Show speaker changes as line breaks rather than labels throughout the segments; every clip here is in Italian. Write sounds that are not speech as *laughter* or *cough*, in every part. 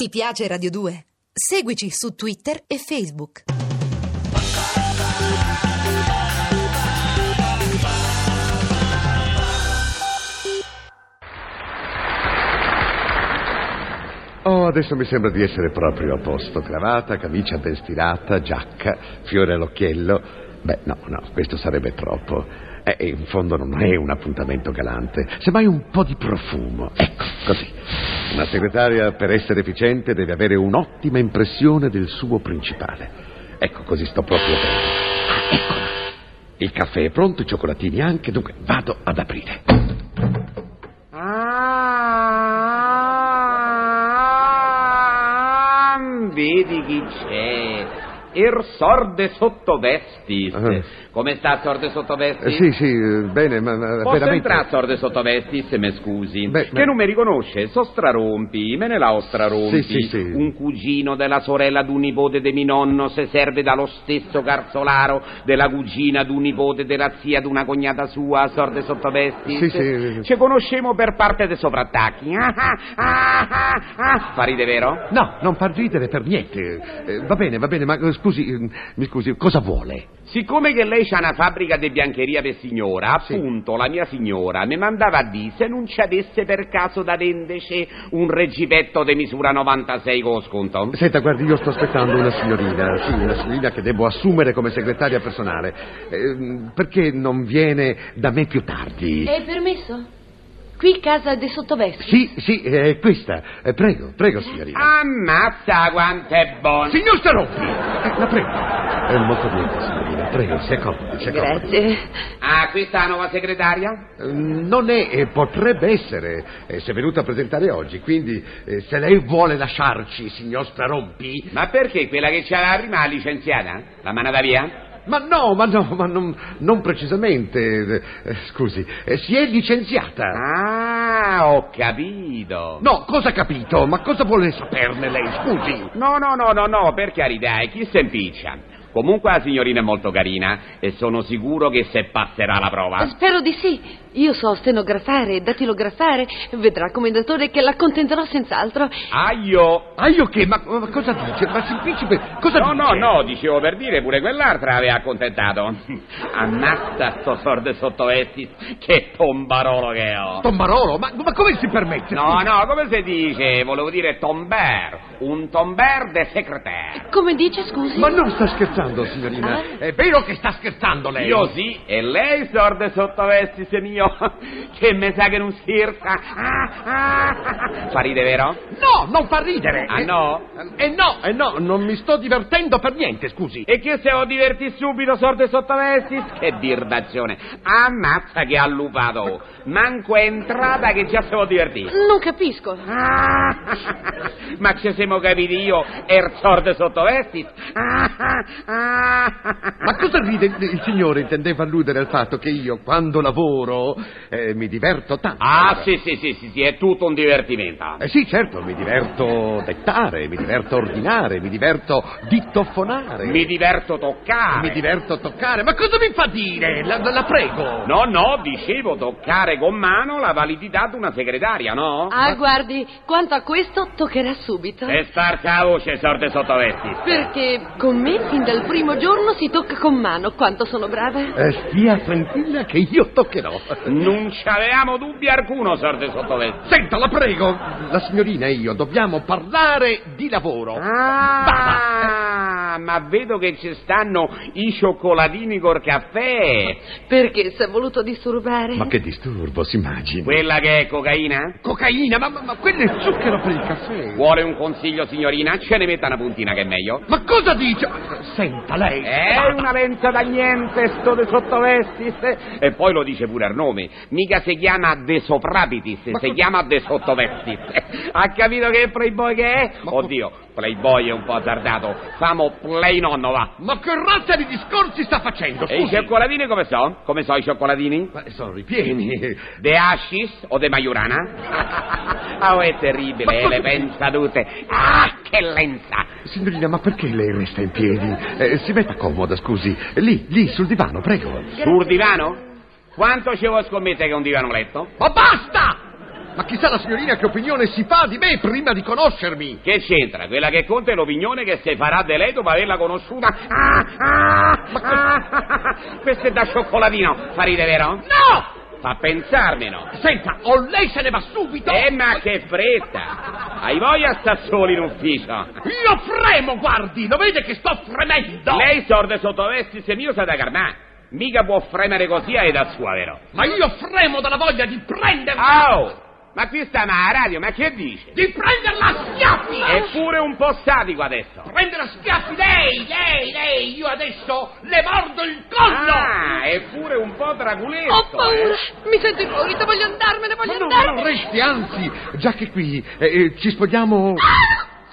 Ti piace Radio 2? Seguici su Twitter e Facebook.
Oh, adesso mi sembra di essere proprio a posto. Cravatta, camicia ben stirata, giacca, fiore all'occhiello. Beh, no, no, questo sarebbe troppo. Eh, E in fondo non è un appuntamento galante, semmai un po' di profumo. Ecco, così. Una segretaria, per essere efficiente, deve avere un'ottima impressione del suo principale. Ecco, così sto proprio bene. Ah, eccola. Il caffè è pronto, i cioccolatini anche, dunque vado ad aprire.
Ah, vedi chi c'è. Il sorde sottovestis.
Eh.
Come sta sorde
Eh,
sottovestis?
sì, sì, eh, bene, ma, ma
Posso
veramente...
entrare sorde sottovestis, me scusi.
Beh,
che
ma-
non mi riconosce? So strarompi, me ne la strarompi.
Sì, sì, sì.
Un cugino della sorella d'un nipote di mio nonno se serve dallo stesso carzolaro della cugina d'un nipote della zia d'una cognata sua, sorde sottovestis.
Sì, sì.
Ci conosciamo per parte dei sovrattacchi. Ah, ah, ah, ah, ah. Fa ride, vero?
No, non far ridere per niente. Eh, va bene, va bene, ma eh, scusi, eh, mi scusi, cosa vuole?
Siccome che lei c'ha una fabbrica di biancheria per signora,
Sì.
appunto la mia signora mi mandava a dire se non ci avesse per caso da venderci un reggipetto di misura 96 con lo sconto.
Senta, guardi, io sto aspettando una signorina, sì, una signorina che devo assumere come segretaria personale. Ehm, perché non viene da me più tardi?
È permesso? Qui casa de Sottovesti.
Sì, sì, è questa. Eh, prego, prego,
Ah.
signorina.
Ammazza quanto è buono!
Signor Staroffi! Eh, la prego. Eh, molto niente, signorina, prego, si accomodi, si accomodi.
Ah, questa è la nuova segretaria?
Eh, Non è, eh, potrebbe essere. Eh, si è venuta a presentare oggi, quindi eh, se lei vuole lasciarci, signor Starompi,
Ma perché quella che c'era prima la licenziata? La manata via?
Ma no, ma no, ma non, non precisamente. eh, scusi, eh, si è licenziata.
Ah, ho capito!
No, cosa ha capito? Ma cosa vuole saperne lei? Scusi.
No, no, no, no, no, per carità, e chi si impiccia? Comunque la signorina è molto carina e sono sicuro che se passerà la
Ah.
prova.
Spero di sì. Io so stenografare e datilografare. Vedrà, commendatore, che l'accontenterò senz'altro.
Aio!
Ah, io che? Ma, ma cosa dice? Ma semplice. Cosa
No,
dice?
no, no, dicevo per dire, pure quell'altra aveva accontentato. *laughs* Ammazza sto sordo sottovestis, che tombarolo che ho!
Tombarolo, ma, ma come si permette?
No, no, come si dice? Volevo dire tomber, un tomber de secretaire.
Come dice, scusi?
Ma non sta scherzando, signorina. È vero che sta scherzando lei.
Io sì, e lei sordo sottovestis mio, che mi sa che non scherza. Ah, ah. Fa ride, vero?
No, non fa ridere.
Ah,
Eh,
no?
Eh no, eh no, non mi sto divertendo per niente, scusi.
E che se lo diverti subito, sorte sottovestis? Che dirdazione! Ammazza che ha lupato! Manco è entrata che già se lo *laughs* divertì!
Non capisco.
Ah, ma ci siamo capiti io e il sorte sottovestis? *laughs* Ah, ah, ah.
Ma cosa ride il signore? Intendeva alludere al fatto che io quando lavoro eh, mi diverto tanto.
Ah, sì, sì, sì, sì, sì, è tutto un divertimento.
Eh sì, certo, mi diverto dettare, mi diverto ordinare, mi diverto dittofonare,
Mi diverto toccare.
mi diverto toccare. Ma cosa mi fa dire? La, la- la prego.
No, no, dicevo toccare con mano la validità di una segretaria, no?
Ah, guardi, quanto a questo, toccherà subito.
Eh.
E sparca la voce, sorte sottovestis.
Perché con me, fin dal primo giorno, si tocca con mano. Quanto sono brava.
Eh, stia tranquilla che io toccherò.
Non ci avevamo dubbi alcuno, sorte sottovestis.
Senta, la prego. La signorina e io dobbiamo parlare di lavoro.
Ah, *laughs* ma vedo che ci stanno i cioccolatini col caffè.
Perché si è voluto disturbare.
Ma che disturbo, si immagina.
Quella che è cocaina?
Cocaina, ma, ma- ma quello è zucchero per il caffè.
Vuole un consiglio, signorina? Ce ne metta una puntina che è meglio. Eh?
Ma cosa dice? Senta lei.
È una lenza da niente, sto de sottovestis. E poi lo dice pure il nome. Mica si chiama de soprapitis,
Ma
si
co-
chiama de sottovestis. Ha capito che playboy che è?
Ma co-
Oddio, playboy è un po' azzardato. Famo play nonno, va.
Ma che razza di discorsi sta facendo?
E i
Scusi.
cioccolatini come so? Come so
*laughs*
i cioccolatini?
Ma sono ripieni.
De Ascis o De Maiurana? Ah, oh, è
Ma
terribile, eh,
cosa-
le pensa tutte. Ah, che lenza!
Signorina, ma perché lei resta in piedi? Eh, si metta comoda, scusi. Lì, lì, sul divano, prego.
Sul divano? Quanto ci vuoi scommettere che è un divano letto?
Ma basta! Ma chissà la signorina che opinione si fa di me prima di conoscermi.
Che c'entra? Quella che conta è l'opinione che si farà di lei dopo averla conosciuta. Ah, ah, ah, ah. Questo è da cioccolatino, fa ridere, vero?
No!
Fa pensarmeno.
Senta, o lei se ne va subito.
Eh, ma che fretta! Hai voglia sta solo in ufficio?
Io fremo, guardi, lo vede che sto fremendo.
Lei sorde sottovesti se mio sa da carmà. Mica può fremere così e da sua, vero?
Ma io fremo dalla voglia di prenderla.
Oh! Ma qui sta ma a radio, ma che dice?
Di prenderla a schiaffi.
Eppure un po' sadico adesso.
Prendere a schiaffi lei, lei, lei. Io adesso le mordo il collo.
Ah, eppure un po' dragulesco.
Ho paura,
eh.
mi sento impaurita, voglio andarmene, voglio
Ma non
andarmene.
vorresti, anzi, già che qui eh, eh, ci spogliamo.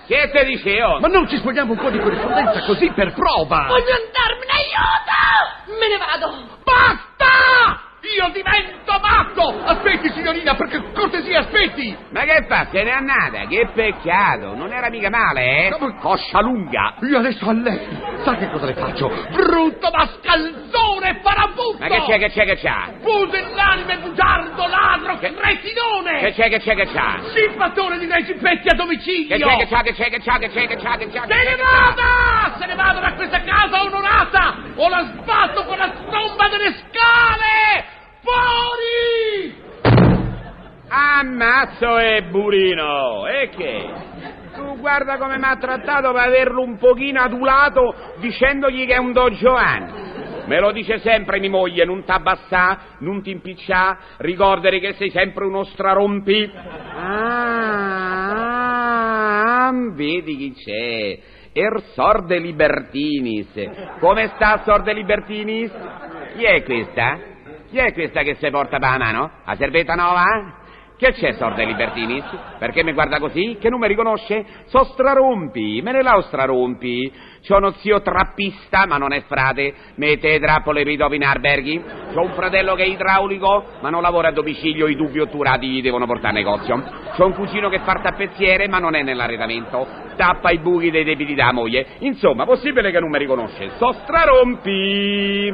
Che te dicevo?
Ma non ci spogliamo un po' di corrispondenza così per prova.
Voglio andarmene, aiuto! Me ne vado.
Basta! Io divento matto.
Aspetti, signorina, perché cortesia, aspetti!
Ma che fa? Se n'è andata, che peccato. Non era mica male, eh?
Come-
Coscia lunga.
Io adesso a lei, sa che cosa le faccio?
Brutto mascalzone farabutto.
Ma che c'è, che c'è, che c'è?
Pusillanime, bugiardo, ladro,
Che-
cretinone.
Che c'è, che c'è, che c'è?
Simpattone di recipetti a domicilio.
Che c'è, che c'è, che c'è, che c'è, che c'è, che c'è, che c'è?
Se ne vada! Se ne vada da questa casa onorata! O la sbatto con la tromba delle scale! Fuori!
Ammazzo e burino! E che? Tu guarda come mi ha trattato per averlo un pochino adulato dicendogli che è un Don Giovanni. Me lo dice sempre mia moglie, non t'abbassà, non ti impiccià, ricordare che sei sempre uno strarompi. Ah, ah, vedi chi c'è. Er sorde libertinis. Come sta sorde libertinis? Chi è questa? Chi è questa che si porta per la mano? La servetta nuova? Che c'è, sorde libertinis? Perché mi guarda così? Che non mi riconosce? So strarompi, me ne lao strarompi. C'ho uno zio trappista, ma non è frate. Mette trappole e ridovi in alberghi. C'ho un fratello che è idraulico, ma non lavora a domicilio, i dubbi otturati gli devono portare a negozio. C'ho un cugino che fa il tappezziere, ma non è nell'arredamento. Tappa i buchi dei debiti della moglie. Insomma, possibile che non mi riconosce. So strarompi!